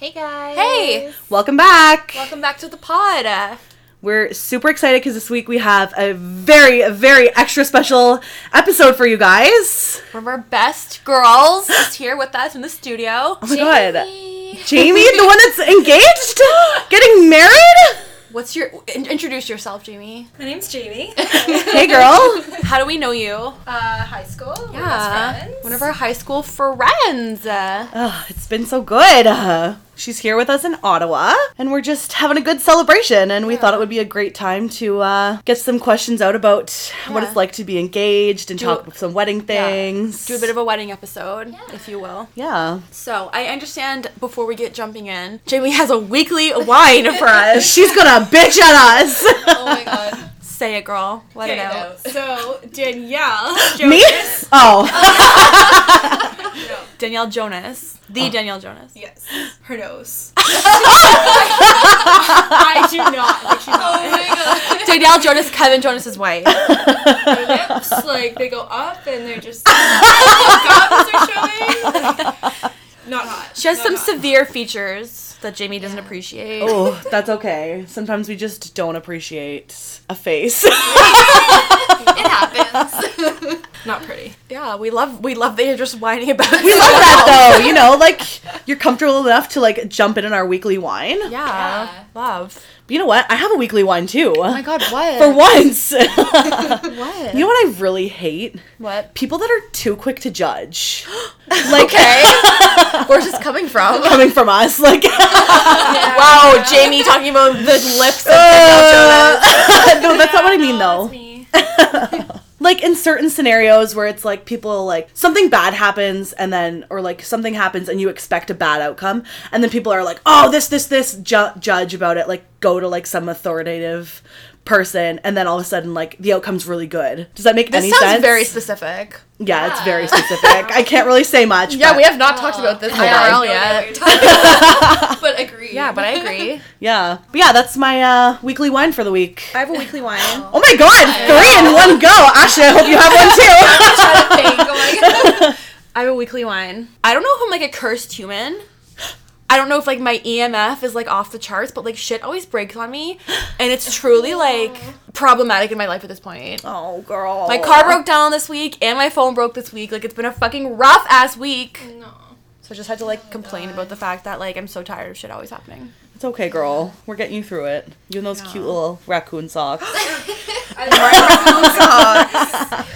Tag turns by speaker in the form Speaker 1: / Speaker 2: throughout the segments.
Speaker 1: Hey guys.
Speaker 2: Hey,
Speaker 1: Welcome back.
Speaker 2: welcome back to the pod. Uh,
Speaker 1: We're super excited because this week we have a very, very extra special episode for you guys.
Speaker 2: One of our best girls is here with us in the studio.
Speaker 1: Oh my god. Jamie, the one that's engaged? Getting married?
Speaker 2: What's your in- introduce yourself, Jamie?
Speaker 3: My name's Jamie.
Speaker 1: Hey girl.
Speaker 2: How do we know you?
Speaker 3: Uh, high school. We're best friends.
Speaker 2: one of our high school friends. Uh,
Speaker 1: Oh, it's been so good. Uh, she's here with us in Ottawa, and we're just having a good celebration. And we thought it would be a great time to uh, get some questions out about what
Speaker 2: Yeah.
Speaker 1: it's like to be engaged and
Speaker 2: Do-
Speaker 1: talk about some wedding
Speaker 2: yeah.
Speaker 1: things.
Speaker 2: Do a bit of a wedding episode, if you will.
Speaker 1: yeah.
Speaker 2: So I understand. Before we get jumping in, Jamie has a weekly wine for us.
Speaker 1: She's gonna bitch at us.
Speaker 3: Oh my god.
Speaker 2: Say it, girl. Let
Speaker 3: Get
Speaker 2: it out.
Speaker 3: So Danielle.
Speaker 1: Me? Oh,
Speaker 2: Danielle Jonas, the Danielle Jonas.
Speaker 3: Yes. Her nose. I do not think she's
Speaker 2: Oh
Speaker 3: on
Speaker 2: Danielle Jonas, Kevin Jonas's wife.
Speaker 3: it. Her lips, like they go up and they're just. oh my god, those are showing. Not hot.
Speaker 2: She has
Speaker 3: Not
Speaker 2: some
Speaker 3: hot.
Speaker 2: severe features that Jamie doesn't appreciate.
Speaker 1: oh, that's okay. Sometimes we just don't appreciate a face.
Speaker 3: It happens. not pretty.
Speaker 2: Yeah, we love we love that you're just whining about.
Speaker 1: we love that though. You know, like you're comfortable enough to like jump in on our weekly wine.
Speaker 2: Yeah,
Speaker 3: Yeah.
Speaker 2: love.
Speaker 1: You know what? I have a weekly wine too.
Speaker 2: Oh god, what?
Speaker 1: For once. you
Speaker 2: what?
Speaker 1: know what I really hate?
Speaker 2: what?
Speaker 1: People that are too quick to judge. Like
Speaker 2: Okay, where's this coming from?
Speaker 1: coming from us. Like
Speaker 2: Wow, Jamie talking about the lips. Of
Speaker 1: Uh, No, that's not what I mean
Speaker 2: Oh.
Speaker 3: No,
Speaker 1: though.
Speaker 3: it's me.
Speaker 1: Like in certain scenarios where it's like people like something bad happens and then or like something happens and you expect a bad outcome and then people are like, "Oh, this this this ju- judge about it." Like go to like some authoritative person and then all of a sudden like the outcome's really good. Does that make
Speaker 2: this
Speaker 1: any
Speaker 2: sounds
Speaker 1: sense?
Speaker 2: very specific.
Speaker 1: yeah, it's very
Speaker 3: Yeah.
Speaker 1: specific. I can't really say much.
Speaker 2: Yeah,
Speaker 1: but-
Speaker 2: we have not talked about this
Speaker 3: I
Speaker 2: IRL
Speaker 3: don't know what
Speaker 2: yet.
Speaker 3: you're talking about, but agree.
Speaker 2: Yeah, but I agree.
Speaker 1: Yeah. But yeah, that's my uh, weekly wine for the week.
Speaker 2: I have a weekly wine.
Speaker 1: Oh my god, three in one go. Ashley, I hope you have one too.
Speaker 3: Try to think. Oh my god.
Speaker 2: I have a weekly wine. I don't know if I'm like a cursed human. I don't know if like my EMF is like off the charts, but like shit always breaks on me, and it's truly like problematic in my life at this point.
Speaker 1: oh, girl.
Speaker 2: My car broke down this week, and my phone broke this week. Like it's been a fucking rough ass week.
Speaker 3: No.
Speaker 2: So I just had to like complain about the fact that like I'm so tired of shit always happening.
Speaker 1: It's okay, girl. We're getting you through it. You and those cute little raccoon socks.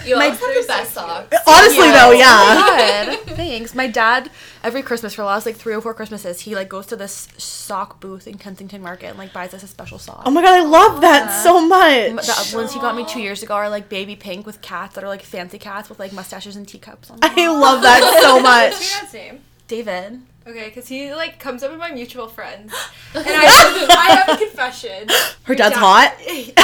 Speaker 3: You my, also have the best socks.
Speaker 1: Honestly, though, yeah.
Speaker 2: God, thanks. Oh My dad every Christmas for the last like three or four Christmases, he like goes to this sock booth in Kensington Market and like buys us a special sock.
Speaker 1: Oh my god, I love that so
Speaker 2: M-
Speaker 1: much.
Speaker 2: The ones he got me two years ago are like baby pink with cats that are like fancy cats with like mustaches and teacups on them.
Speaker 1: I love that so
Speaker 3: What's
Speaker 1: much.
Speaker 3: your dad's name?
Speaker 2: David.
Speaker 3: Okay, because he like comes up with my mutual friends, and I have, I have a confession.
Speaker 1: Her dad's
Speaker 3: dad-
Speaker 1: hot.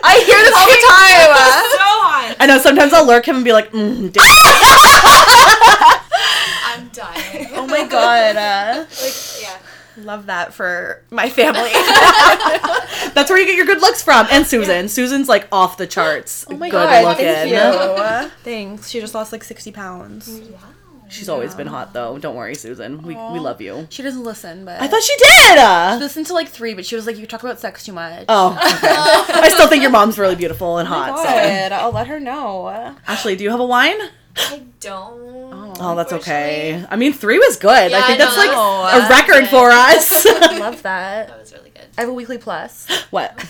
Speaker 2: I hear this all the time.
Speaker 3: So on.
Speaker 1: I know sometimes I'll lurk him and be like, mm, dude.
Speaker 3: I'm dying.
Speaker 2: oh my god. Uh,
Speaker 3: Like, yeah.
Speaker 2: love that for my family.
Speaker 1: That's where you get your good looks from. And Susan. Susan's like off the charts. Oh
Speaker 2: my
Speaker 1: good
Speaker 2: God,
Speaker 1: looking.
Speaker 2: thank you. Thanks. She just lost like 60 pounds.
Speaker 1: She's always been hot though. Don't worry, Susan. We, we love you.
Speaker 2: She doesn't listen, but
Speaker 1: I thought she did.
Speaker 2: she listened to like three, but she was like, "You talk about sex too much."
Speaker 1: Oh, okay. I still think your mom's really beautiful and hot. so.
Speaker 2: God, I'll let her know.
Speaker 1: Ashley, do you have a wine?
Speaker 3: I don't.
Speaker 1: Oh, that's okay. I mean, three was good. I
Speaker 3: Yeah,
Speaker 1: think
Speaker 3: I
Speaker 1: that's
Speaker 3: know,
Speaker 1: like
Speaker 2: that
Speaker 1: a
Speaker 2: was
Speaker 1: record for us.
Speaker 2: Love that.
Speaker 3: That was really good.
Speaker 2: I have a weekly plus.
Speaker 1: what?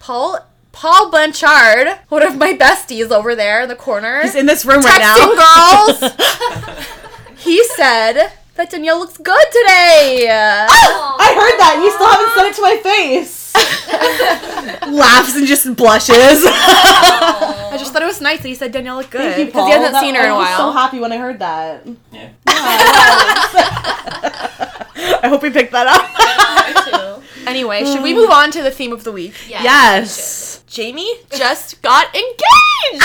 Speaker 2: Paul Paul Bunchard, one of my besties over there in the corner.
Speaker 1: He's in this room right
Speaker 2: texting
Speaker 1: now.
Speaker 2: girls. he said that Danielle looks good today.
Speaker 1: Ah, I heard that. You still haven't said it to my face. Laughs and just blushes.
Speaker 2: I just thought it was nice that he said Danielle looked good
Speaker 1: Thank you,
Speaker 2: because
Speaker 1: Paul.
Speaker 2: he hasn't
Speaker 1: That-
Speaker 2: seen her in a
Speaker 1: I was so
Speaker 2: while.
Speaker 1: happy when I heard that.
Speaker 4: Yeah.
Speaker 1: I hope we picked that up.
Speaker 3: I too.
Speaker 2: anyway, should
Speaker 1: Mm.
Speaker 2: we move on to the theme of the week?
Speaker 3: Yeah.
Speaker 1: Yes. Ah!
Speaker 2: Jamie just got engaged.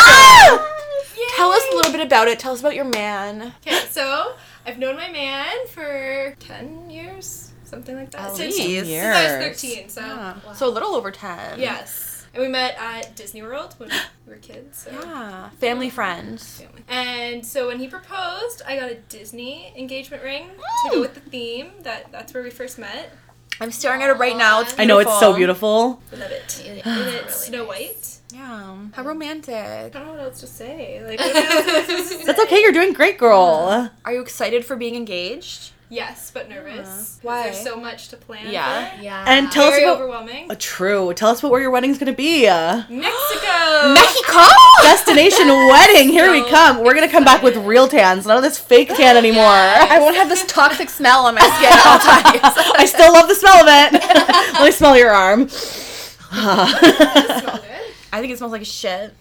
Speaker 2: Tell us a little bit about it. Tell us about your man.
Speaker 3: Okay, so I've known my man for ten years, something like that.
Speaker 2: At
Speaker 3: Since,
Speaker 2: least.
Speaker 3: since I was
Speaker 1: Years.
Speaker 3: thirteen, so
Speaker 2: So a little over ten.
Speaker 3: yes. and we met at Disney World when we were kids. So.
Speaker 2: Yeah. Ah. Family friends.
Speaker 3: family. And so when he proposed, I got a Disney engagement ring to go with the theme. That that's where we first met.
Speaker 2: I'm staring at it right now. It's
Speaker 1: I know it's so
Speaker 2: beautiful.
Speaker 1: beautiful.
Speaker 3: I Love it.
Speaker 4: It is
Speaker 3: And
Speaker 4: really
Speaker 3: it's Snow White.
Speaker 2: Yeah. How romantic.
Speaker 3: I don't know what else to say. Like what am I supposed to
Speaker 1: That's
Speaker 3: say?
Speaker 1: okay. You're doing great, girl.
Speaker 2: Are you excited for being engaged?
Speaker 3: Yes, but nervous. 'cause
Speaker 2: Uh-huh. Why?
Speaker 3: There's so much to plan.
Speaker 2: Yeah.
Speaker 3: for.
Speaker 4: Yeah.
Speaker 1: And tell us
Speaker 3: Very
Speaker 1: about.
Speaker 3: overwhelming.
Speaker 1: Uh, true. Tell us about where your wedding's gonna be. Uh,
Speaker 3: Mexico.
Speaker 2: Mexico!
Speaker 1: Destination wedding. Here we
Speaker 3: So
Speaker 1: come. We're gonna come back with
Speaker 3: excited.
Speaker 1: real tans. None of this fake tan anymore.
Speaker 2: I won't have this toxic smell on my skin. I'll tell you.
Speaker 1: I still love the smell of it. Let me smell your arm.
Speaker 3: Smell good.
Speaker 2: I think it smells like shit.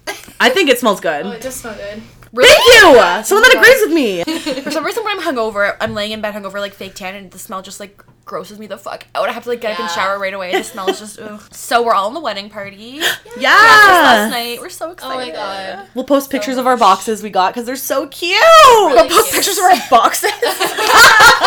Speaker 1: I think it smells good.
Speaker 3: Oh, it does smell good.
Speaker 1: Thank you. Someone that agrees with me.
Speaker 2: For some reason, when I'm hungover, I'm laying in bed hungover, like fake tan, and the smell just like grosses me the fuck out. I have to like get up and
Speaker 4: Yeah.
Speaker 2: shower right away. The smell is just. Ugh. So we're all in the wedding party. Last
Speaker 1: Yeah.
Speaker 2: night, we're so excited.
Speaker 4: Oh my god.
Speaker 1: We'll post pictures of our boxes we got because they're so cute.
Speaker 2: We'll
Speaker 4: Really
Speaker 2: post
Speaker 4: cute.
Speaker 2: pictures of our boxes.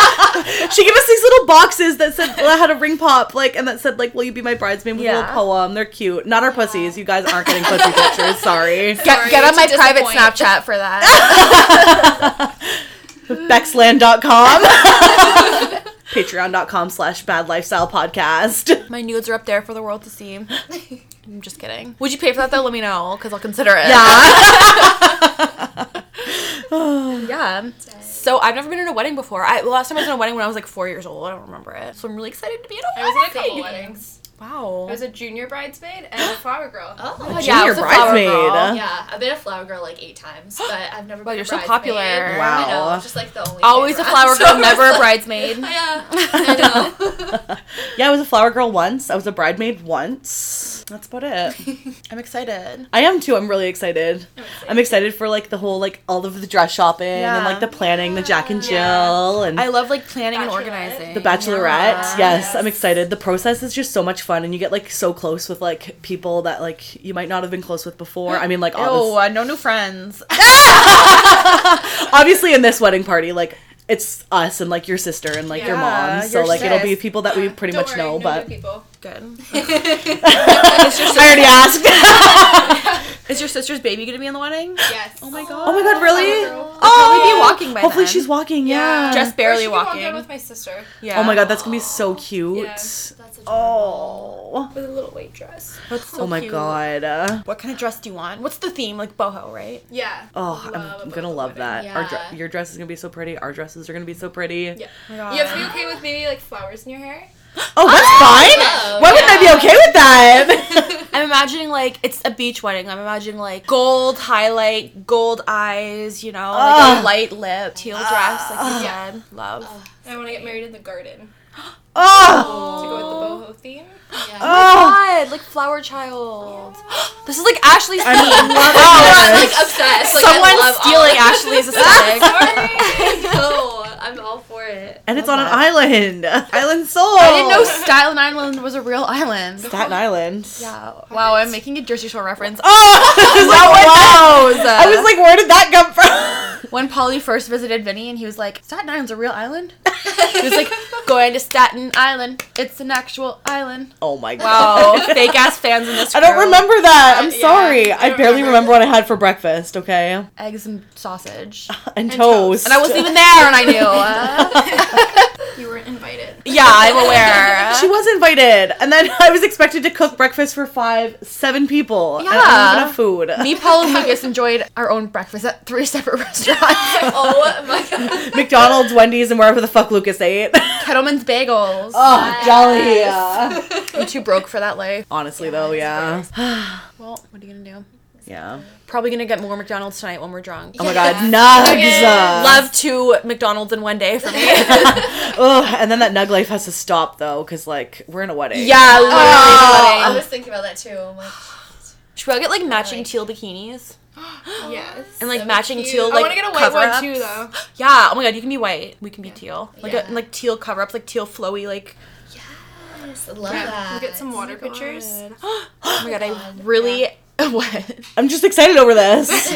Speaker 1: She gave us these little boxes that said that had a ring pop, like, and that said like, "Will you be my bridesmaid?" With a
Speaker 2: Yeah.
Speaker 1: little poem. They're cute. Not our pussies. You guys aren't getting pussy pictures. Sorry.
Speaker 2: get, get on
Speaker 4: to
Speaker 2: my private
Speaker 4: disappoint.
Speaker 2: Snapchat for that.
Speaker 1: Bexland.com. Patreon.com slash bad lifestyle podcast.
Speaker 2: my nudes are up there for the world to see. I'm just kidding. Would you pay for that though? Let me know, cause I'll consider it.
Speaker 1: Yeah. Oh,
Speaker 2: Yeah. So I've never been in a wedding before. I the last time I was in a wedding when I was like four years old. I don't remember it. So I'm really excited to be in a
Speaker 3: I
Speaker 2: wedding.
Speaker 3: was at a couple weddings.
Speaker 2: Wow.
Speaker 3: I was a junior bridesmaid and a flower girl.
Speaker 4: Oh.
Speaker 2: yeah, I
Speaker 1: Junior
Speaker 2: was a flower
Speaker 1: bridesmaid.
Speaker 2: girl.
Speaker 4: Yeah, I've been a flower girl like eight times, but I've never.
Speaker 2: Wow,
Speaker 4: been
Speaker 2: you're
Speaker 4: a
Speaker 2: so
Speaker 4: bridesmaid.
Speaker 2: popular.
Speaker 4: I know,
Speaker 1: Wow.
Speaker 4: I'm just like the only.
Speaker 2: Always a
Speaker 4: kid
Speaker 2: flower
Speaker 4: around,
Speaker 2: girl,
Speaker 4: so
Speaker 2: never a
Speaker 4: it's like-
Speaker 2: bridesmaid.
Speaker 4: Yeah, I know.
Speaker 1: yeah, I was a flower girl once. I was a bridemaid once. That's about it.
Speaker 2: I'm excited.
Speaker 1: I am too. I'm really excited. I'm excited for like the whole like all of the dress shopping
Speaker 2: Yeah.
Speaker 1: and like the planning, the Jack and Jill and
Speaker 2: I love like planning and
Speaker 3: Bachelorette.
Speaker 2: organizing.
Speaker 1: The Bachelorette. Yes,
Speaker 3: Yes.
Speaker 1: I'm excited. The process is just so much fun, and you get like so close with like people that like you might not have been close with before. I mean, like
Speaker 2: Oh,
Speaker 1: obviously,
Speaker 2: no new friends.
Speaker 1: obviously in this wedding party, like it's us and like your sister and like your
Speaker 2: Yeah,
Speaker 1: mom. So
Speaker 2: your
Speaker 1: like it'll be
Speaker 2: sis.
Speaker 1: people that we
Speaker 3: Yeah.
Speaker 1: pretty
Speaker 3: Don't worry,
Speaker 1: much know,
Speaker 3: no
Speaker 1: but
Speaker 3: new people.
Speaker 2: Good.
Speaker 1: I already asked.
Speaker 2: Is your sister's baby gonna be in the wedding?
Speaker 3: Yes.
Speaker 2: Oh my god.
Speaker 1: oh my god, really? Oh,
Speaker 3: Girl.
Speaker 2: Probably be walking by
Speaker 1: Hopefully
Speaker 2: then.
Speaker 1: she's walking. Yeah.
Speaker 2: Just
Speaker 3: Or
Speaker 2: barely
Speaker 3: she could Walk
Speaker 2: walking.
Speaker 3: down with my sister
Speaker 2: Yeah.
Speaker 1: Oh my god, that's gonna be so cute.
Speaker 3: Yeah.
Speaker 4: That's adorable.
Speaker 1: Oh.
Speaker 3: with a little white dress.
Speaker 2: That's so
Speaker 1: oh my
Speaker 2: cute.
Speaker 1: god. Uh,
Speaker 2: What kind of dress do you want? What's the theme? Like boho, right?
Speaker 3: Yeah.
Speaker 1: oh, I'm, I'm gonna love that. Our
Speaker 4: Yeah.
Speaker 1: dre- your dress is gonna be so pretty. Our dresses are gonna be so pretty.
Speaker 3: Yeah.
Speaker 2: Oh my god.
Speaker 3: You have to be okay with maybe like flowers in your hair.
Speaker 1: Oh, that's fine.
Speaker 4: love,
Speaker 1: Why wouldn't I be
Speaker 4: yeah.
Speaker 1: okay with that?
Speaker 2: I'm imagining like it's a beach wedding. I'm imagining like gold highlight, gold eyes, you know, like
Speaker 1: Ugh.
Speaker 2: a light lip, teal dress, like you
Speaker 3: Ugh.
Speaker 2: said. Love.
Speaker 3: I want to get married in the garden
Speaker 1: oh,
Speaker 3: to go with the boho theme.
Speaker 4: Yeah.
Speaker 1: oh,
Speaker 2: God, like flower child. this is like Ashley's
Speaker 1: I
Speaker 2: theme.
Speaker 1: love
Speaker 4: I'm
Speaker 1: it.
Speaker 4: like obsessed. Like, I
Speaker 2: Someone's
Speaker 4: love all
Speaker 2: stealing
Speaker 4: of it.
Speaker 2: Ashley's aesthetic.
Speaker 4: no, I'm all for it.
Speaker 1: and it's
Speaker 2: Love
Speaker 1: on an
Speaker 2: that.
Speaker 1: island. Island Soul.
Speaker 2: I didn't know Staten Island was a real island.
Speaker 1: Staten Island.
Speaker 2: Yeah. Wow, I'm making a Jersey Shore reference.
Speaker 1: Oh, I was like,
Speaker 2: Oh,
Speaker 1: wow. I was like, where did that come from?
Speaker 2: when Polly first visited Vinny, and he was like, "Staten Island's a real island." he was like, "Going to Staten Island. It's an actual island."
Speaker 1: Oh my god.
Speaker 2: Wow, fake ass fans in this.
Speaker 1: I don't
Speaker 2: crew.
Speaker 1: remember that. I'm
Speaker 2: yeah,
Speaker 1: sorry.
Speaker 2: I
Speaker 1: I,
Speaker 2: don't
Speaker 1: barely
Speaker 2: remember.
Speaker 1: remember what I had for breakfast, okay?
Speaker 2: eggs and sausage,
Speaker 1: And,
Speaker 3: toast.
Speaker 1: toast.
Speaker 2: and I wasn't even there, and I knew. Uh,
Speaker 3: You weren't invited.
Speaker 2: yeah, I'm aware.
Speaker 1: She was invited, and then I was expected to cook breakfast for five, seven people. and I
Speaker 2: Yeah.
Speaker 1: don't have enough food.
Speaker 2: Me, Paul, and Lucas enjoyed our own breakfast at three separate restaurants.
Speaker 4: Oh my god.
Speaker 1: McDonald's, Wendy's, and wherever the fuck Lucas ate.
Speaker 2: Kettleman's Bagels.
Speaker 1: oh, jolly.
Speaker 2: I'm too broke for that life.
Speaker 1: Honestly, though, yeah.
Speaker 2: Well, what are you gonna do?
Speaker 1: Yeah.
Speaker 2: Probably gonna get more McDonald's tonight when we're drunk.
Speaker 1: Oh my god, nugs.
Speaker 4: Okay.
Speaker 2: Love two McDonald's in one day for me.
Speaker 1: Ugh, and then that nug life has to stop, though, because, like, we're in a wedding.
Speaker 2: yeah, literally.
Speaker 4: Oh,
Speaker 2: wedding.
Speaker 4: I was thinking about that too. I'm like,
Speaker 2: Should we all get like matching
Speaker 4: Like-
Speaker 2: teal bikinis
Speaker 3: Yes.
Speaker 2: and like
Speaker 4: That'd be
Speaker 2: matching
Speaker 4: cute.
Speaker 2: teal
Speaker 3: I
Speaker 2: like
Speaker 3: want to get a white
Speaker 2: cover
Speaker 3: one
Speaker 2: ups?
Speaker 3: too, though.
Speaker 2: Yeah. Oh my god, you can be white. We can be teal. Like
Speaker 4: Yeah.
Speaker 2: a, like teal cover ups, like teal flowy. Like
Speaker 4: yes, I love
Speaker 3: Yeah.
Speaker 4: that.
Speaker 3: We'll get some water pictures.
Speaker 2: oh my god, I
Speaker 4: God,
Speaker 2: really what?
Speaker 1: I'm just excited over this.
Speaker 4: uh,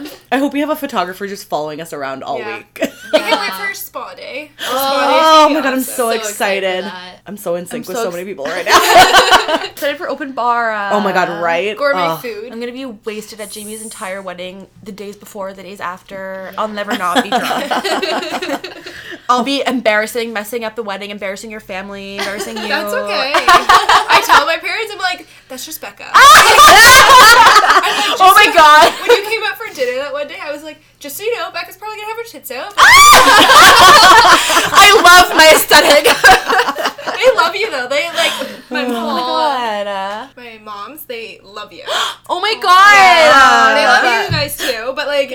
Speaker 2: um,
Speaker 1: I hope we have a photographer just following us around all
Speaker 3: Yeah.
Speaker 1: week.
Speaker 3: I can't wait for spa day.
Speaker 4: Oh,
Speaker 1: Oh my god, I'm
Speaker 3: awesome.
Speaker 1: so,
Speaker 4: So excited for
Speaker 1: excited.
Speaker 4: that.
Speaker 1: I'm so in sync with
Speaker 2: so
Speaker 1: so
Speaker 2: ex-
Speaker 1: many people right now.
Speaker 2: Excited for open bar. Uh,
Speaker 1: oh my god, right?
Speaker 3: Gourmet
Speaker 1: Ugh.
Speaker 3: food.
Speaker 2: I'm gonna be wasted at Jamie's entire wedding, the days before, the days after. I'll never not be drunk. I'll be embarrassing, messing up the wedding, embarrassing your family, embarrassing you.
Speaker 3: That's okay. I tell my parents, I'm like, that's just Becca.
Speaker 2: Oh my god.
Speaker 3: When you came out for dinner that one day, I was like, just so you know, Becca's probably gonna have her tits out.
Speaker 2: I love my aesthetic.
Speaker 3: they love you though. They like my mom.
Speaker 2: God. uh,
Speaker 3: My moms, they love you.
Speaker 2: Oh my god.
Speaker 3: they
Speaker 1: Uh,
Speaker 3: love you guys too, but like,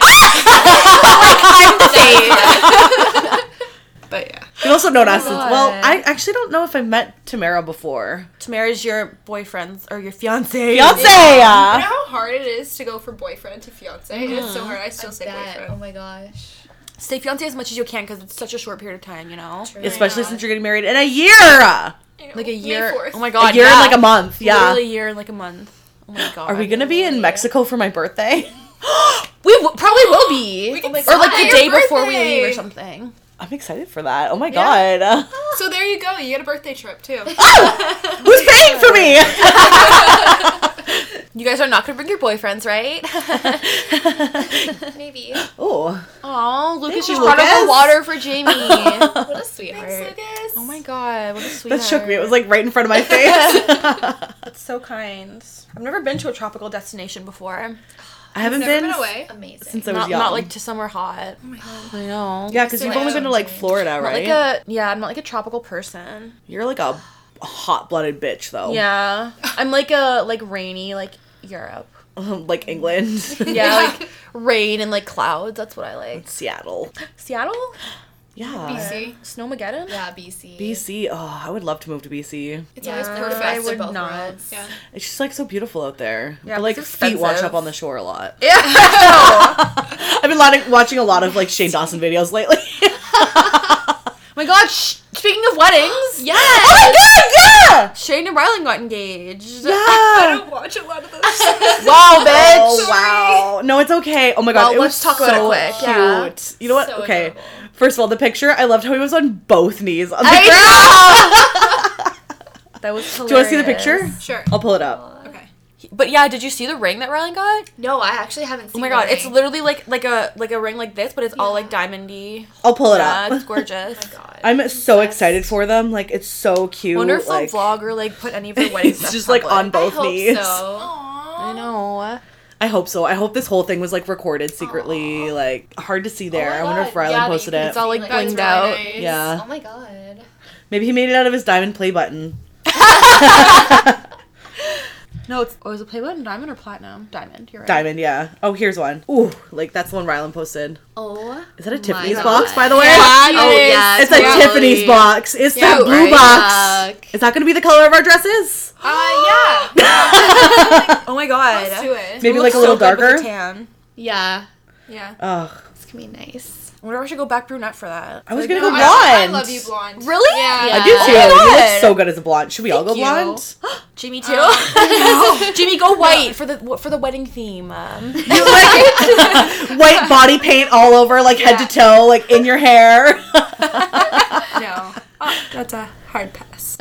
Speaker 3: but yeah.
Speaker 1: You also known us since.
Speaker 2: God.
Speaker 1: Well, I actually don't know if I've met Tamara before.
Speaker 2: Tamara's your boyfriend's or your fiance.
Speaker 1: Beyonce!
Speaker 3: You know
Speaker 1: uh,
Speaker 3: how hard it is to go from boyfriend to fiance? It's so hard. I still say
Speaker 4: That. Oh
Speaker 3: boyfriend.
Speaker 4: my gosh.
Speaker 2: Stay fiance as much as you can because it's such a short period of time, you know?
Speaker 4: True.
Speaker 1: Especially
Speaker 3: Yeah.
Speaker 1: since you're getting married in a year!
Speaker 3: You know,
Speaker 2: Like a
Speaker 3: May
Speaker 2: year.
Speaker 3: 4th.
Speaker 2: Oh my
Speaker 1: A
Speaker 2: god.
Speaker 1: year
Speaker 2: yeah.
Speaker 1: and like a month, yeah.
Speaker 2: Literally a year and like a month. Oh my god.
Speaker 1: Are we gonna be in
Speaker 4: Yeah.
Speaker 1: Mexico for my birthday?
Speaker 2: We w- probably will be. Oh
Speaker 3: We can
Speaker 2: or like
Speaker 3: celebrate
Speaker 2: the day
Speaker 3: your
Speaker 2: before we leave or
Speaker 3: birthday.
Speaker 2: something.
Speaker 1: I'm excited for that. Oh my
Speaker 2: Yeah. Ah.
Speaker 1: god.
Speaker 3: So there you go. You get a birthday trip too.
Speaker 1: Who's paying for me?
Speaker 2: You guys are not gonna bring your boyfriends, right?
Speaker 4: Maybe.
Speaker 1: oh.
Speaker 2: Oh, Lucas
Speaker 1: Thank you,
Speaker 2: just brought up
Speaker 1: Lucas.
Speaker 2: the water for Jamie. oh
Speaker 4: What a sweetheart.
Speaker 3: Thanks, Lucas. Oh
Speaker 2: my god, what a sweetheart.
Speaker 1: That shook me. It was like right in front of my face.
Speaker 2: That's so kind. I've never been to a tropical destination before.
Speaker 1: I haven't
Speaker 3: Never
Speaker 1: been,
Speaker 3: been away.
Speaker 4: Amazing.
Speaker 1: since I was
Speaker 2: Not
Speaker 1: young.
Speaker 2: not like to somewhere hot. Oh my god. I know.
Speaker 1: yeah, because
Speaker 3: so
Speaker 1: you've only been to like Florida,
Speaker 2: I'm not like
Speaker 1: right?
Speaker 2: a yeah, I'm not like a tropical person.
Speaker 1: You're like a hot-blooded bitch, though.
Speaker 2: Yeah. I'm like a like rainy, like Europe.
Speaker 1: like England,
Speaker 2: Yeah, like rain and like clouds. That's what I like.
Speaker 1: Seattle.
Speaker 2: Seattle?
Speaker 1: Yeah.
Speaker 3: BC.
Speaker 2: Snowmageddon?
Speaker 4: Yeah, BC.
Speaker 1: BC. Oh, I would love to move to BC.
Speaker 3: It's always
Speaker 2: Yeah.
Speaker 3: perfect.
Speaker 2: I
Speaker 4: Best of
Speaker 2: would
Speaker 4: both
Speaker 2: not.
Speaker 4: worlds.
Speaker 3: Yeah.
Speaker 1: It's just like so beautiful out there.
Speaker 2: Yeah,
Speaker 1: But, like
Speaker 2: it's
Speaker 1: feet wash
Speaker 2: expensive.
Speaker 1: up on the shore a lot.
Speaker 2: Oh Yeah.
Speaker 1: I've been lot- watching a lot of like Shane Dawson videos lately.
Speaker 2: Oh my god, sh- speaking of weddings,
Speaker 1: Oh
Speaker 2: yes!
Speaker 1: my god!
Speaker 2: Shane and Rylan got engaged.
Speaker 1: Yeah.
Speaker 3: I
Speaker 1: Yeah.
Speaker 3: don't watch a lot of those. shows.
Speaker 2: Wow, bitch!
Speaker 1: Oh wow! No, it's okay. Oh my god,
Speaker 2: Well,
Speaker 1: it
Speaker 2: let's
Speaker 1: was
Speaker 2: talk
Speaker 1: so
Speaker 2: about it quick.
Speaker 1: cute.
Speaker 2: Yeah.
Speaker 1: You know what?
Speaker 4: So
Speaker 1: okay.
Speaker 4: adorable.
Speaker 1: First of all, the picture. I loved how he was on both knees on the
Speaker 2: I
Speaker 1: ground.
Speaker 2: know! that was hilarious.
Speaker 1: Do you want to see the picture?
Speaker 3: Sure.
Speaker 1: I'll pull it up.
Speaker 3: Okay.
Speaker 2: But yeah, did you see the ring that Rylan got?
Speaker 4: No, I actually haven't seen
Speaker 2: Oh my god,
Speaker 4: the
Speaker 2: it's
Speaker 4: ring.
Speaker 2: literally like like a like a ring like this, but it's all like diamondy.
Speaker 1: I'll pull it
Speaker 2: Yeah,
Speaker 1: up.
Speaker 2: it's gorgeous.
Speaker 4: Oh my god.
Speaker 1: I'm so excited for them. Like it's so cute.
Speaker 2: I wonder if
Speaker 1: like,
Speaker 2: the vlogger like put any of their wedding
Speaker 1: It's
Speaker 2: stuff
Speaker 1: just like
Speaker 2: public.
Speaker 1: on
Speaker 4: I
Speaker 1: both
Speaker 4: hope
Speaker 1: knees.
Speaker 4: so.
Speaker 2: I know.
Speaker 1: I hope so. I hope this whole thing was like recorded secretly. Like hard to
Speaker 2: Oh
Speaker 1: see there.
Speaker 4: my
Speaker 1: I wonder if
Speaker 4: God.
Speaker 1: Rylan
Speaker 4: Yeah, that you
Speaker 1: posted
Speaker 4: can
Speaker 1: it.
Speaker 2: It's all like
Speaker 4: Like,
Speaker 2: blinged
Speaker 3: That's
Speaker 2: out.
Speaker 3: really nice.
Speaker 1: Yeah.
Speaker 4: Oh my god.
Speaker 1: Maybe he made it out of his diamond play button.
Speaker 2: No, it's oh, is it play button diamond or platinum? Diamond. You're right.
Speaker 1: Diamond, yeah. Oh, here's one. Ooh, like that's the one Rylan posted.
Speaker 4: Oh.
Speaker 1: Is that a
Speaker 4: My
Speaker 1: Tiffany's
Speaker 4: God.
Speaker 1: box, by the way?
Speaker 2: Oh, yeah,
Speaker 1: It's a
Speaker 2: totally.
Speaker 1: Tiffany's box. It's that blue box. Is that going to be the color of our dresses?
Speaker 3: Uh, yeah.
Speaker 2: Oh my god.
Speaker 3: Let's do it.
Speaker 1: Maybe
Speaker 2: It
Speaker 1: like
Speaker 2: looks
Speaker 1: a little
Speaker 2: so good with the
Speaker 1: darker.
Speaker 2: tan.
Speaker 4: Yeah.
Speaker 3: Yeah.
Speaker 1: Ugh,
Speaker 4: It's gonna be nice.
Speaker 2: I wonder if I should go back brunette for that.
Speaker 1: I was gonna go
Speaker 3: I-
Speaker 1: blonde.
Speaker 3: I, love you, blonde.
Speaker 2: Really?
Speaker 3: Yeah.
Speaker 1: I do too.
Speaker 2: my
Speaker 1: you
Speaker 2: God.
Speaker 1: look so good as a blonde. Should we all go
Speaker 2: Thank you.
Speaker 1: blonde?
Speaker 2: Jimmy too. Jimmy, go white for the for the wedding theme. Um,
Speaker 1: White body paint all over, like head to toe, like in your hair.
Speaker 3: No. Oh, that's a hard pass.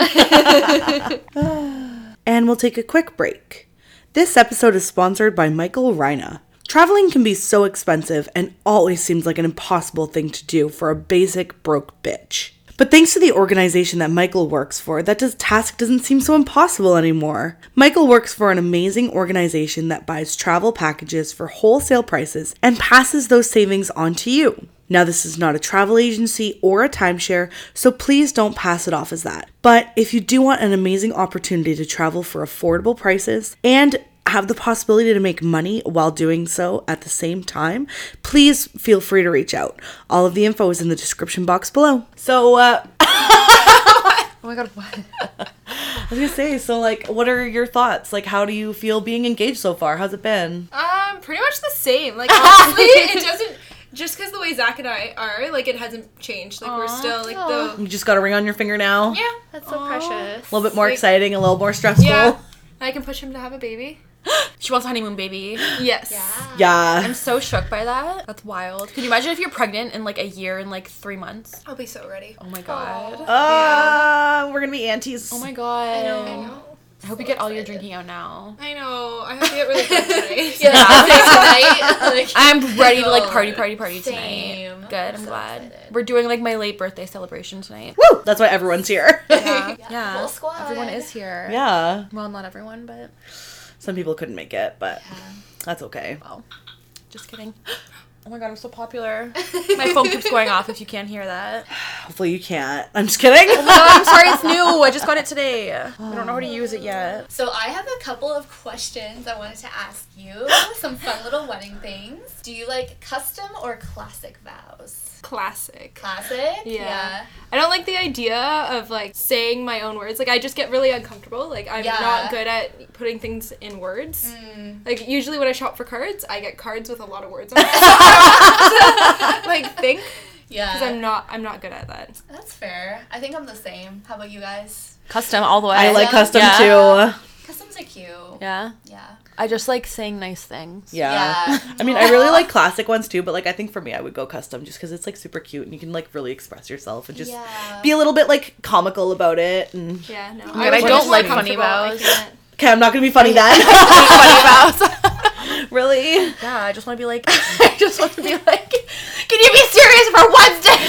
Speaker 1: and we'll take a quick break. This episode is sponsored by Michael Reina. Traveling can be so expensive and always seems like an impossible thing to do for a basic broke bitch. But thanks to the organization that Michael works for, that does, task doesn't seem so impossible anymore. Michael works for an amazing organization that buys travel packages for wholesale prices and passes those savings on to you. Now, this is not a travel agency or a timeshare, so please don't pass it off as that. But if you do want an amazing opportunity to travel for affordable prices and have the possibility to make money while doing so at the same time, please feel free to reach out. All of the info is in the description box below. So, uh, I
Speaker 2: oh my god, what?
Speaker 1: was gonna say, so like, what are your thoughts? Like, how do you feel being engaged so far? How's it been?
Speaker 3: Um, pretty much the same. Like honestly, it doesn't. Just because the way Zach and I are, like, it hasn't changed. Like, we're still like
Speaker 4: Aw.
Speaker 3: the
Speaker 1: You just got a ring on your finger now.
Speaker 3: yeah,
Speaker 4: That's so precious.
Speaker 1: A little bit more
Speaker 3: Like-
Speaker 1: exciting, a little more stressful.
Speaker 3: yeah. I can push him to have a baby.
Speaker 2: She wants a honeymoon baby.
Speaker 3: Yes.
Speaker 4: Yeah.
Speaker 1: Yeah.
Speaker 2: I'm so shook by that. That's wild. Could you imagine if you're pregnant in like a year and like three months?
Speaker 3: I'll be so ready.
Speaker 2: Oh my god.
Speaker 3: Aw.
Speaker 1: Uh, we're gonna be aunties.
Speaker 2: Oh my god.
Speaker 3: I know.
Speaker 2: I hope you get all your drinking out now.
Speaker 3: I know. I have to get really good today.
Speaker 4: Yeah, that's right. Like,
Speaker 2: I'm ready to like party,
Speaker 4: God.
Speaker 2: party, party
Speaker 4: Same.
Speaker 2: tonight. Good, I'm
Speaker 4: So
Speaker 2: glad.
Speaker 4: excited.
Speaker 2: We're doing like my late birthday celebration tonight. Uh,
Speaker 1: Woo! That's why everyone's here.
Speaker 2: Yeah.
Speaker 4: Yeah, full squad.
Speaker 2: Everyone is here.
Speaker 1: yeah.
Speaker 2: Well, not everyone, but
Speaker 1: Some people couldn't make it, but that's okay.
Speaker 2: well, just kidding. Oh my god, I'm so popular. My phone keeps going off if you can't hear that.
Speaker 1: Hopefully you can't. I'm just kidding.
Speaker 2: Oh, I'm sorry, it's new. I just got it today. I don't know how to use it yet.
Speaker 4: So I have a couple of questions I wanted to ask you. Some fun little wedding things. Do you like custom or classic vows?
Speaker 3: Classic.
Speaker 4: Classic.
Speaker 3: Yeah. I don't like the idea of like saying my own words. Like I just get really uncomfortable. Like I'm
Speaker 4: Yeah.
Speaker 3: not good at putting things in words.
Speaker 4: Yeah. Mm.
Speaker 3: Like usually when I shop for cards, I get cards with a lot of words on it. like think
Speaker 4: Yeah.
Speaker 3: because I'm not I'm not good at that.
Speaker 4: That's fair. I think I'm the same. How about you guys?
Speaker 2: Custom all the way.
Speaker 1: I like
Speaker 4: Yeah.
Speaker 1: custom
Speaker 2: Yeah.
Speaker 1: too.
Speaker 4: Customs are cute.
Speaker 2: Yeah.
Speaker 4: Yeah.
Speaker 2: I just like saying nice things.
Speaker 1: Yeah.
Speaker 4: Yeah.
Speaker 1: I mean, I really like classic ones too, but like I think for me, I would go custom just because it's like super cute and you can like really express yourself and just
Speaker 4: Yeah.
Speaker 1: be a little bit like comical about it. And
Speaker 3: Yeah, no.
Speaker 2: I
Speaker 3: was
Speaker 1: don't
Speaker 3: just more
Speaker 1: like
Speaker 2: funny
Speaker 3: comfortable. I
Speaker 2: vows.
Speaker 3: can't.
Speaker 1: okay, I'm not gonna be funny then. really?
Speaker 2: yeah, I just want to be like, I just want to be like, can you be serious for Wednesday?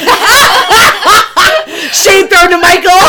Speaker 1: Shade thrown to Michael.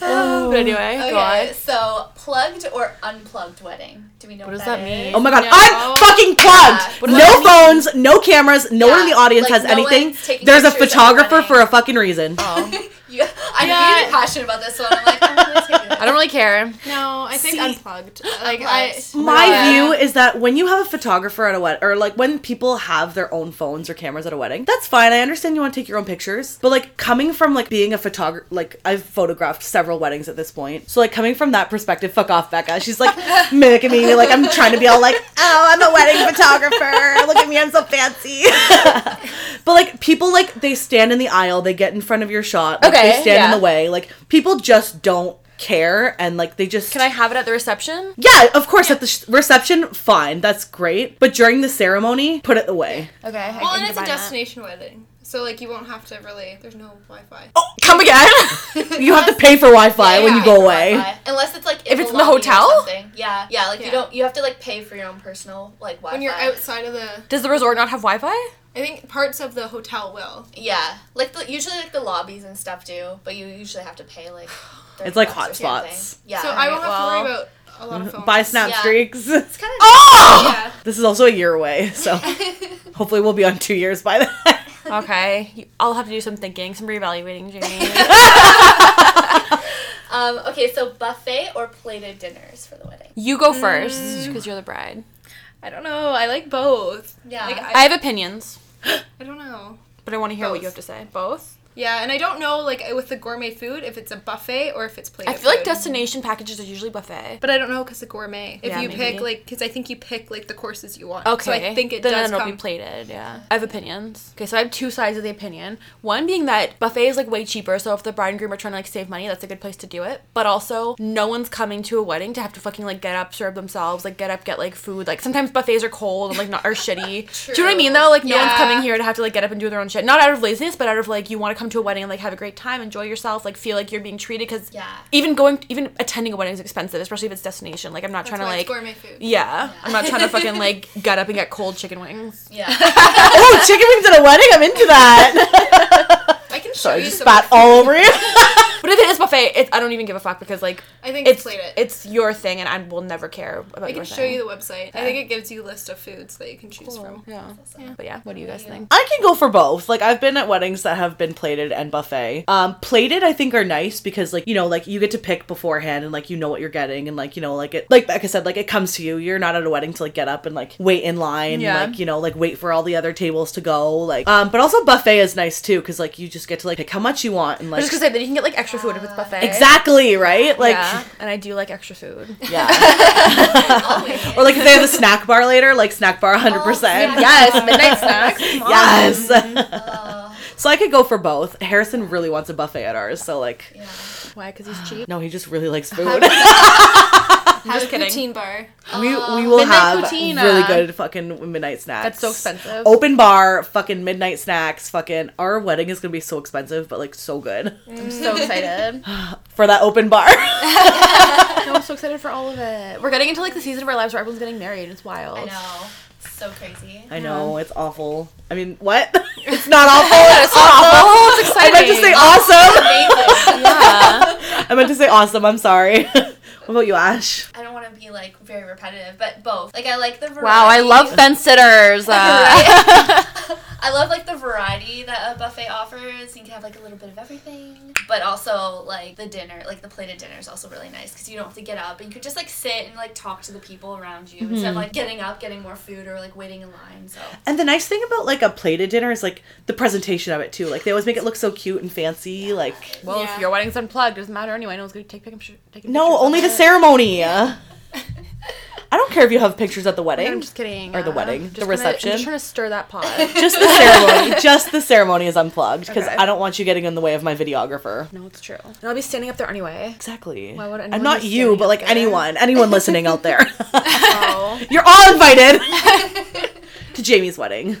Speaker 2: but anyway, go on.
Speaker 4: Okay, so plugged or unplugged wedding? Do we know
Speaker 2: What does that mean?
Speaker 1: Oh my god,
Speaker 3: No.
Speaker 1: I'm fucking
Speaker 4: Yeah.
Speaker 1: plugged.
Speaker 4: What
Speaker 2: does
Speaker 1: No
Speaker 2: that
Speaker 1: phones, no cameras, no one in
Speaker 4: Yeah,
Speaker 1: the audience
Speaker 4: like,
Speaker 1: has
Speaker 4: no
Speaker 1: anything.
Speaker 4: one's taking
Speaker 1: There's a
Speaker 4: pictures of
Speaker 1: photographer
Speaker 4: everybody.
Speaker 1: for a fucking reason.
Speaker 4: You, I know
Speaker 3: Yeah.
Speaker 4: you're passionate about this one. I'm like, I'm gonna take it.
Speaker 2: I don't really care.
Speaker 3: No, I think
Speaker 1: See-
Speaker 3: unplugged. Like uh, I
Speaker 4: Unplugged.
Speaker 1: My
Speaker 4: Yeah.
Speaker 1: view is that when you have a photographer at a wedding, or like when people have their own phones or cameras at a wedding, that's fine. I understand you want to take your own pictures, but like coming from like being a photographer, like I've photographed several weddings at this point, so like coming from that perspective, fuck off, Becca. She's like mimicking me, like I'm trying to be all like, oh, I'm a wedding photographer. Look at me, I'm so fancy. but like people, like they stand in the aisle, they get in front of your shot, like, they
Speaker 2: Okay,
Speaker 1: stand in
Speaker 2: yeah.
Speaker 1: the way, like people just don't care, and like they just
Speaker 2: Can I have it at the reception?
Speaker 1: yeah, of course. At the sh- reception, fine, that's great. But during the ceremony, put it away.
Speaker 2: Okay. I
Speaker 3: well, and it's a destination wedding, so like you won't have to really. There's no Wi-Fi.
Speaker 2: Oh, come again?
Speaker 1: You have to pay for Wi-Fi
Speaker 4: Yeah,
Speaker 1: when you
Speaker 4: yeah,
Speaker 1: go
Speaker 4: for
Speaker 1: away.
Speaker 4: Wi-Fi. Unless it's like
Speaker 2: If it's in the
Speaker 4: lobby or
Speaker 2: hotel?
Speaker 4: something. Yeah, yeah. Like you
Speaker 3: Yeah.
Speaker 4: don't. You have to like pay for your own personal like Wi-Fi.
Speaker 3: When you're outside of the,
Speaker 2: Does the resort not have Wi-Fi?
Speaker 3: I think parts of the hotel will.
Speaker 4: Yeah, like the, usually like the lobbies and stuff do, but you usually have to pay like. 30
Speaker 1: It's like
Speaker 4: bucks or something.
Speaker 1: hotspots.
Speaker 4: Yeah.
Speaker 3: so I won't have to worry
Speaker 2: well.
Speaker 3: about a lot of phones.
Speaker 1: Buy snap
Speaker 4: Yeah.
Speaker 1: streaks.
Speaker 4: It's kind of.
Speaker 2: Oh.
Speaker 3: Yeah.
Speaker 1: this is also a year away, so hopefully we'll be on two years by then.
Speaker 2: Oh! Okay. you- I'll have to do some thinking, some reevaluating, Jamie.
Speaker 4: Um. Okay. So buffet or plated dinners for the wedding.
Speaker 2: You go first because you're the bride.
Speaker 3: I don't know. I like both.
Speaker 4: Yeah.
Speaker 3: Like I,
Speaker 2: I have opinions,
Speaker 3: I don't know.
Speaker 2: but I want to hear what you
Speaker 3: Both.
Speaker 2: have to say. Both.
Speaker 3: Yeah, and I don't know like with the gourmet food if it's a buffet or if it's plated.
Speaker 2: I feel like
Speaker 3: food.
Speaker 2: destination packages are usually buffet.
Speaker 3: But I don't know because the gourmet. If
Speaker 2: Yeah,
Speaker 3: you
Speaker 2: maybe.
Speaker 3: pick like, because I think you pick like the courses you want.
Speaker 2: Okay.
Speaker 3: So I think it
Speaker 2: then
Speaker 3: does
Speaker 2: it'll
Speaker 3: come.
Speaker 2: be plated. Yeah. I have opinions. Okay, so I have two sides of the opinion. One being that buffet is like way cheaper, so if the bride and groom are trying to like save money, that's a good place to do it. But also, no one's coming to a wedding to have to fucking like get up, serve themselves, like get up, get like food. Like sometimes buffets are cold and like not are shitty. Do you know what I mean
Speaker 4: True.
Speaker 2: though? Like no one's
Speaker 3: Yeah.
Speaker 2: coming here to have to like get up and do their own shit. Not out of laziness, but out of like you want to come to a wedding and like have a great time, enjoy yourself, like feel like you're being treated because
Speaker 4: Yeah.
Speaker 2: even going even attending a wedding is expensive, especially if it's destination. Like I'm not
Speaker 3: That's
Speaker 2: trying to
Speaker 3: why
Speaker 2: like
Speaker 3: it's gourmet food.
Speaker 2: yeah. I'm not trying to fucking like get up and get cold chicken wings.
Speaker 4: Yeah.
Speaker 1: oh, chicken wings at a wedding? I'm into that.
Speaker 3: I can show
Speaker 1: Sorry,
Speaker 3: you
Speaker 1: just
Speaker 3: some.
Speaker 1: spat
Speaker 3: of the
Speaker 1: all over you.
Speaker 2: But if it is buffet, it's, I don't even give a fuck because like
Speaker 3: food. I think
Speaker 2: it's
Speaker 3: it's plated.
Speaker 2: it's your thing and I will never care about
Speaker 3: I
Speaker 2: your
Speaker 3: can show
Speaker 2: thing.
Speaker 3: you the website. I think it gives you a list of foods that you can choose from.
Speaker 2: yeah.
Speaker 4: Yeah.
Speaker 2: But yeah, what do you guys think?
Speaker 1: I can go for both. Like I've been at weddings that have been plated and buffet. Um, plated I think are nice because like you know like you get to pick beforehand and like you know what you're getting and like you know like it like Becca said like it comes to you. You're not at a wedding to like get up and like wait in line.
Speaker 2: Yeah.
Speaker 1: Like you know like wait for all the other tables to go. Like um, but also buffet is nice too because like you just get to like pick how much you want and
Speaker 2: I was
Speaker 1: like
Speaker 2: just gonna say that you can get like extra food if it's buffet.
Speaker 1: exactly right like
Speaker 2: yeah, and I do like extra food.
Speaker 1: yeah.
Speaker 4: Always.
Speaker 1: or like if they have a snack bar later like snack bar 100
Speaker 4: Oh,
Speaker 1: percent.
Speaker 4: yeah. Yes,
Speaker 2: midnight snacks.
Speaker 1: Yes.
Speaker 4: Oh,
Speaker 1: So I could go for both. Harrison really wants a buffet at ours, so like
Speaker 4: Yeah.
Speaker 2: Why? Because he's cheap.
Speaker 1: no, he just really likes food.
Speaker 2: I'm just kidding.
Speaker 3: Poutine bar.
Speaker 1: we we
Speaker 2: midnight
Speaker 1: will have
Speaker 2: poutine,
Speaker 1: really
Speaker 2: uh,
Speaker 1: good fucking midnight snacks.
Speaker 2: That's so expensive.
Speaker 1: Open bar, fucking midnight snacks, fucking our wedding is gonna be so expensive, but like so good
Speaker 2: I'm so excited.
Speaker 1: for that open bar.
Speaker 2: No, I'm so excited for all of it. We're getting into like the season of our lives where everyone's getting married. It's wild.
Speaker 4: I know. So crazy.
Speaker 1: I know it's awful. I mean, what? It's not awful.
Speaker 2: It's not awful. It's
Speaker 1: I
Speaker 2: exciting.
Speaker 1: meant to say awesome.
Speaker 4: Amazing.
Speaker 2: Yeah.
Speaker 1: I meant to say awesome. I'm sorry. what about you, Ash?
Speaker 4: I don't want to be like very repetitive, but both. Like I like the variety.
Speaker 2: Wow, I love fence sitters. Uh,
Speaker 4: Right? I love like the variety that a buffet offers. You can have like a little bit of everything, but also like the dinner, like the plated dinner is also really nice because you don't have to get up and you could just like sit and like talk to the people around you instead of like getting up, getting more food, or like waiting in line. So
Speaker 1: And the nice thing about like a plated dinner is like the presentation of it too. Like they always make it look so cute and fancy. Like
Speaker 2: well,
Speaker 3: Yeah.
Speaker 2: if your wedding's unplugged, it doesn't matter anyway. No one's gonna take pictures.
Speaker 1: no, only the ceremony. I don't care if you have pictures at the wedding.
Speaker 2: I'm just kidding.
Speaker 1: Or the
Speaker 2: Uh,
Speaker 1: wedding,
Speaker 2: just
Speaker 1: the
Speaker 2: gonna-
Speaker 1: reception.
Speaker 2: I'm just trying to stir that pot.
Speaker 1: Just the ceremony. Just the ceremony is unplugged because
Speaker 2: Okay.
Speaker 1: I don't want you getting in the way of my videographer.
Speaker 2: no, it's true. And I'll be standing up there anyway.
Speaker 1: Exactly.
Speaker 2: Why would
Speaker 1: and
Speaker 2: anyone
Speaker 1: not
Speaker 2: be
Speaker 1: you,
Speaker 2: staring
Speaker 1: but
Speaker 2: at
Speaker 1: like
Speaker 2: there?
Speaker 1: anyone, anyone listening out there.
Speaker 2: Oh.
Speaker 1: You're all invited to Jamie's wedding.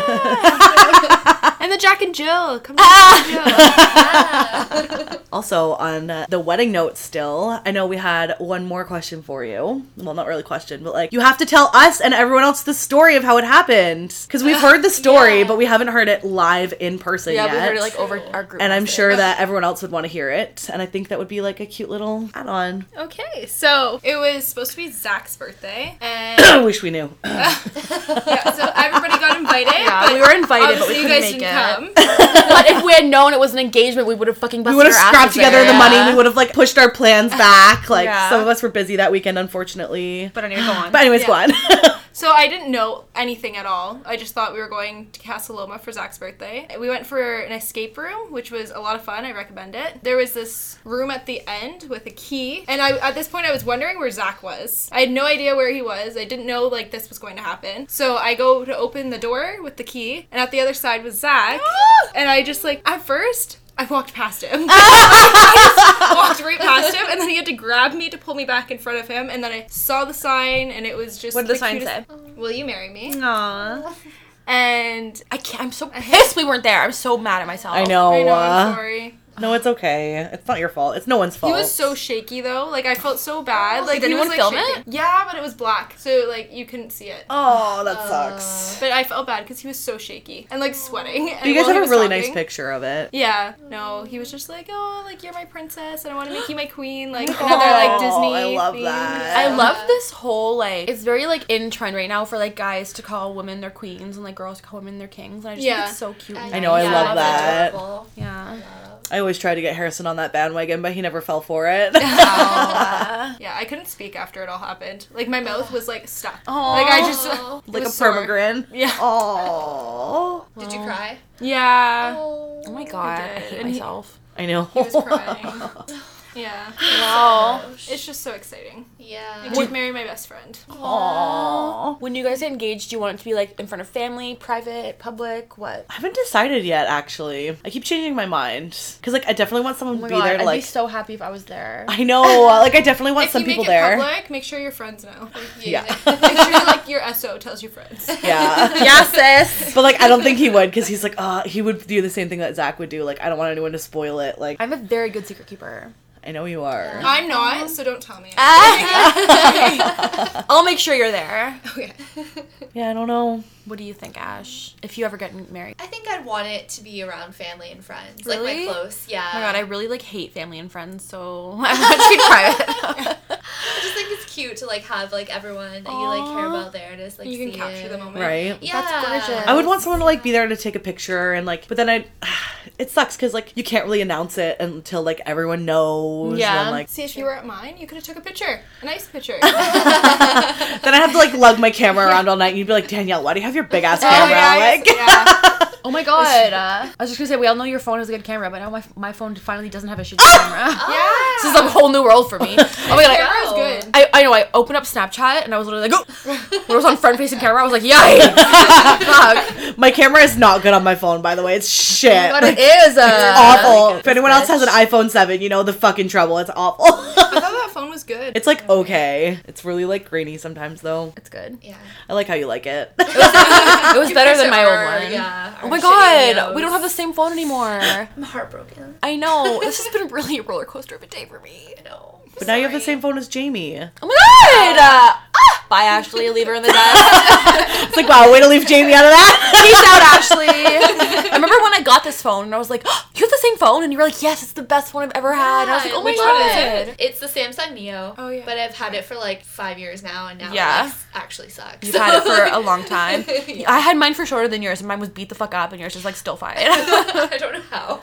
Speaker 2: and the Jack and Jill. Come on.
Speaker 1: Also, on uh, the wedding note, still, I know we had one more question for you. Well, not really question, but like you have to tell us and everyone else the story of how it happened because we've heard the story,
Speaker 4: Yeah.
Speaker 1: but we haven't heard it live in person
Speaker 2: Yeah,
Speaker 1: yet.
Speaker 2: we heard it like over our group.
Speaker 1: and I'm
Speaker 2: message.
Speaker 1: sure that everyone else would want to hear it, and I think that would be like a cute little add-on.
Speaker 3: Okay, so it was supposed to be Zach's birthday, and
Speaker 1: I wish we knew.
Speaker 3: yeah, so everybody got invited.
Speaker 2: Yeah,
Speaker 3: but
Speaker 2: we were invited, but
Speaker 3: obviously
Speaker 2: we
Speaker 3: you
Speaker 2: couldn't
Speaker 3: guys
Speaker 2: make
Speaker 3: didn't
Speaker 2: it.
Speaker 3: come.
Speaker 2: But if we had known it was an engagement, we would have fucking busted
Speaker 1: we would have
Speaker 2: our asses
Speaker 1: scrapped together
Speaker 2: there.
Speaker 1: the
Speaker 2: Yeah.
Speaker 1: money. We would have like pushed our plans back. Like
Speaker 2: Yeah.
Speaker 1: some of us were busy that weekend, unfortunately.
Speaker 3: But anyway, go on.
Speaker 1: But anyways,
Speaker 3: Yeah.
Speaker 1: go on.
Speaker 3: So I didn't know anything at all. I just thought we were going to Casa Loma for Zach's birthday. We went for an escape room, which was a lot of fun. I recommend it. There was this room at the end with a key, and I at this point I was wondering where Zach was. I had no idea where he was. I didn't know like this was going to happen. So I go to open the door with the key, and at the other side was Zach.
Speaker 2: Ah!
Speaker 3: and I just like at first I walked past him. walked right past him, and then he had to grab me to pull me back in front of him. And then I saw the sign, and it was just
Speaker 2: What did the sign
Speaker 3: cutest-
Speaker 2: say?
Speaker 3: Will you marry me?
Speaker 2: Aww.
Speaker 3: And
Speaker 2: I can't. I'm so pissed we weren't there. I'm so mad at myself.
Speaker 1: I know.
Speaker 3: I know, I'm
Speaker 1: uh,
Speaker 3: sorry.
Speaker 1: no, it's okay. It's not your fault. It's no one's
Speaker 3: He
Speaker 1: fault.
Speaker 3: was so shaky though. Like I felt so bad. Like
Speaker 2: Did
Speaker 3: he was,
Speaker 2: anyone
Speaker 3: like,
Speaker 2: film
Speaker 3: shaking. Yeah, but it was black, so like you couldn't see it.
Speaker 1: Oh, that sucks.
Speaker 3: But I felt bad because he was so shaky and like sweating. And
Speaker 1: you guys
Speaker 3: while he
Speaker 1: have a
Speaker 3: was
Speaker 1: really nice
Speaker 3: talking-
Speaker 1: picture of it.
Speaker 3: Yeah, no, he was just like, oh, like you're my princess, and I want to make you my queen, like another like Disney.
Speaker 1: Oh, I love
Speaker 3: theme.
Speaker 1: that.
Speaker 2: I love this whole like it's very like in trend right now for like guys to call women their queens and like girls to call women their kings and I just
Speaker 3: Yeah.
Speaker 2: think it's so cute.
Speaker 1: I know, Mm, I
Speaker 2: Yeah.
Speaker 1: love that.
Speaker 4: Adorable.
Speaker 2: Yeah.
Speaker 1: I always tried to get Harrison on that bandwagon, but he never fell for it.
Speaker 3: Yeah, I couldn't speak after it all happened. Like my mouth was like stuck.
Speaker 2: Aw.
Speaker 3: Like I just
Speaker 4: Aw.
Speaker 3: it
Speaker 1: like a
Speaker 3: was sore.
Speaker 1: permagrin.
Speaker 3: Yeah.
Speaker 1: Oh.
Speaker 4: Did you cry?
Speaker 3: Yeah.
Speaker 4: Oh.
Speaker 2: Oh my god, I,
Speaker 3: did.
Speaker 2: hate
Speaker 3: And he-
Speaker 2: myself.
Speaker 1: I know.
Speaker 3: He was crying. yeah.
Speaker 2: Wow.
Speaker 3: It's just so exciting. I
Speaker 4: Oh, Yeah.
Speaker 3: did marry my best friend.
Speaker 1: Aw.
Speaker 2: When you guys get engaged, do you want it to be like in front of family, private, public, what?
Speaker 1: I haven't decided yet, actually. I keep changing my mind. Because, like, I definitely want someone
Speaker 2: Oh
Speaker 1: to
Speaker 2: my
Speaker 1: be
Speaker 2: god,
Speaker 1: there to,
Speaker 2: I'd
Speaker 1: like.
Speaker 2: be so happy if I was there.
Speaker 1: I know. Like, I definitely want
Speaker 3: if
Speaker 1: some
Speaker 3: you make
Speaker 1: people
Speaker 3: it
Speaker 1: there.
Speaker 3: public, make sure your friends know.
Speaker 1: Yeah.
Speaker 3: Make sure like your SO tells your friends.
Speaker 1: Yeah.
Speaker 2: yeah, sis.
Speaker 1: But, like, I don't think he would because he's like, uh, he would do the same thing that Zach would do. Like, I don't want anyone to spoil it. Like,
Speaker 2: I'm a very good secret keeper.
Speaker 1: I know you are.
Speaker 3: I'm not, so don't tell me.
Speaker 1: Ah.
Speaker 2: I'll make sure you're there.
Speaker 3: Okay.
Speaker 1: Yeah, I don't know.
Speaker 2: What do you think, Ash? If you ever get married?
Speaker 4: I think I'd want it to be around family and friends, like
Speaker 2: Really?
Speaker 4: my close. Yeah.
Speaker 2: Oh
Speaker 1: Uh,
Speaker 2: my god, I really like hate family and friends, so I want it to be private.
Speaker 4: I just think it's cute to like have like everyone that you like care
Speaker 2: Aw.
Speaker 4: about there and just like
Speaker 3: You can
Speaker 4: see
Speaker 3: capture
Speaker 4: it.
Speaker 3: the moment.
Speaker 1: Right?
Speaker 4: Yeah.
Speaker 2: gorgeous.
Speaker 1: I would want someone to like be there to take a picture and like, but then I, it sucks because like you can't really announce it until like everyone knows.
Speaker 2: Yeah.
Speaker 1: And then, like
Speaker 3: See, if you were at mine, you could have took a picture, a nice picture.
Speaker 1: then I have to like lug my camera around all night. And you'd be like Danielle, why do you have your big ass
Speaker 2: Oh, yeah,
Speaker 1: camera?
Speaker 2: I
Speaker 1: like,
Speaker 2: guess-
Speaker 3: yeah.
Speaker 2: Oh Oh my god. Uh, I was just gonna say we all know your phone has a good camera, but now my my phone finally doesn't have a shitty camera.
Speaker 3: Yeah.
Speaker 2: This is a whole new world for me. Oh my god. I-
Speaker 3: Camera's good.
Speaker 2: I, I know I opened up Snapchat and I was literally like, oh. when I was on front facing camera, I was like, yikes! Fuck.
Speaker 1: My camera is not good on my phone, by the way. It's shit.
Speaker 2: But it is uh,
Speaker 1: awful.
Speaker 2: like,
Speaker 1: if anyone else has an
Speaker 2: bitch.
Speaker 1: iPhone 7, you know the fucking trouble. It's awful.
Speaker 3: I thought that phone was good.
Speaker 1: it's
Speaker 2: Mm-hmm.
Speaker 1: like okay. It's really like grainy sometimes though.
Speaker 2: it's good.
Speaker 4: Yeah.
Speaker 1: I like how you like it.
Speaker 2: It was better than my old one.
Speaker 4: Yeah.
Speaker 2: Oh my god, we don't have Uh, the same phone anymore.
Speaker 4: I'm heartbroken.
Speaker 2: I know. This has been really a roller coaster of a day for me.
Speaker 4: I know.
Speaker 1: but now you have the same phone as Jamie.
Speaker 2: Oh my god! Uh, ah! Bye, Ashley. Leave her in the dust.
Speaker 1: It's like wow, way to leave Jamie out of that.
Speaker 2: Peace out, Ashley. I remember when I got this phone and I was like, oh, "You have the same phone," and you were like, "Yes, it's the best one I've ever had." And I was like, "Oh my
Speaker 4: Which one
Speaker 2: god!"
Speaker 4: is it? It's the Samsung Neo.
Speaker 3: Oh, yeah.
Speaker 4: But I've had it for like five years now, and now
Speaker 2: Yeah.
Speaker 4: it like, actually sucks.
Speaker 2: You've had it for a long time.
Speaker 4: Yeah.
Speaker 2: I had mine for shorter than yours, and mine was beat the fuck up, and yours is like still fine.
Speaker 4: I don't know how.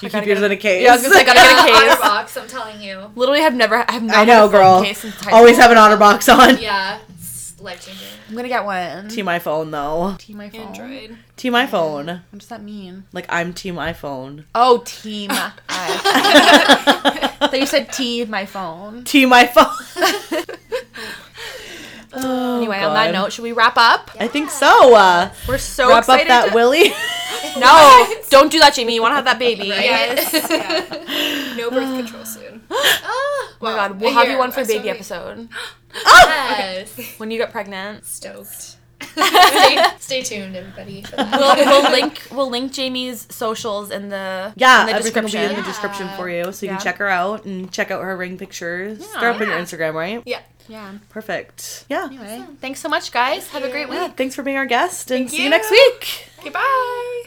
Speaker 1: You
Speaker 2: gotta
Speaker 1: keep yours
Speaker 2: get-
Speaker 1: in a case.
Speaker 2: Yeah, I was gonna say, I gotta get a
Speaker 4: Yeah,
Speaker 2: case.
Speaker 4: Outer Box, I'm telling you.
Speaker 2: Literally, have never. I've not
Speaker 1: I
Speaker 2: had a
Speaker 1: know,
Speaker 2: phone
Speaker 1: girl.
Speaker 2: Case since high
Speaker 1: Always
Speaker 2: school.
Speaker 1: have an honor box on.
Speaker 4: Yeah, it's life changing.
Speaker 2: I'm gonna get one.
Speaker 1: Team iPhone though.
Speaker 2: Team my phone.
Speaker 3: Android.
Speaker 1: Team iPhone.
Speaker 2: What does that mean?
Speaker 1: Like I'm team iPhone.
Speaker 2: Oh, team. I thought you said team my phone.
Speaker 1: team iPhone. Oh,
Speaker 2: Anyway, on
Speaker 1: God.
Speaker 2: that note, should we wrap up?
Speaker 1: I think so. Uh,
Speaker 2: We're so
Speaker 1: wrap up
Speaker 2: excited.
Speaker 1: that
Speaker 2: to-
Speaker 1: Willie.
Speaker 2: No, don't do that, Jamie. You want to have that baby.
Speaker 3: Yes. Yeah. No birth control soon.
Speaker 4: Oh,
Speaker 2: Oh my
Speaker 3: Wow.
Speaker 2: god, we'll
Speaker 3: A
Speaker 2: have you
Speaker 3: year.
Speaker 2: one for
Speaker 3: I
Speaker 2: the baby
Speaker 3: still-
Speaker 2: episode
Speaker 1: Ah!
Speaker 4: yes.
Speaker 2: when you get pregnant.
Speaker 4: Stoked. stay, stay tuned, everybody. For that.
Speaker 2: We'll, we'll link we'll link Jamie's socials in the
Speaker 1: Yeah,
Speaker 2: in the
Speaker 1: everything will be in
Speaker 2: description.
Speaker 1: the
Speaker 4: Yeah.
Speaker 1: description for you, so you
Speaker 2: Yeah.
Speaker 1: can check her out and check out her ring pictures.
Speaker 2: Yeah.
Speaker 1: They're up on your
Speaker 4: Yeah.
Speaker 1: Instagram, right?
Speaker 3: Yeah.
Speaker 2: Yeah.
Speaker 1: Perfect. Yeah.
Speaker 2: Anyway, thanks so much, guys. have a great week.
Speaker 1: Thanks for being our guest, and
Speaker 3: Thank
Speaker 1: see you next
Speaker 3: you.
Speaker 1: week.
Speaker 3: Okay, bye.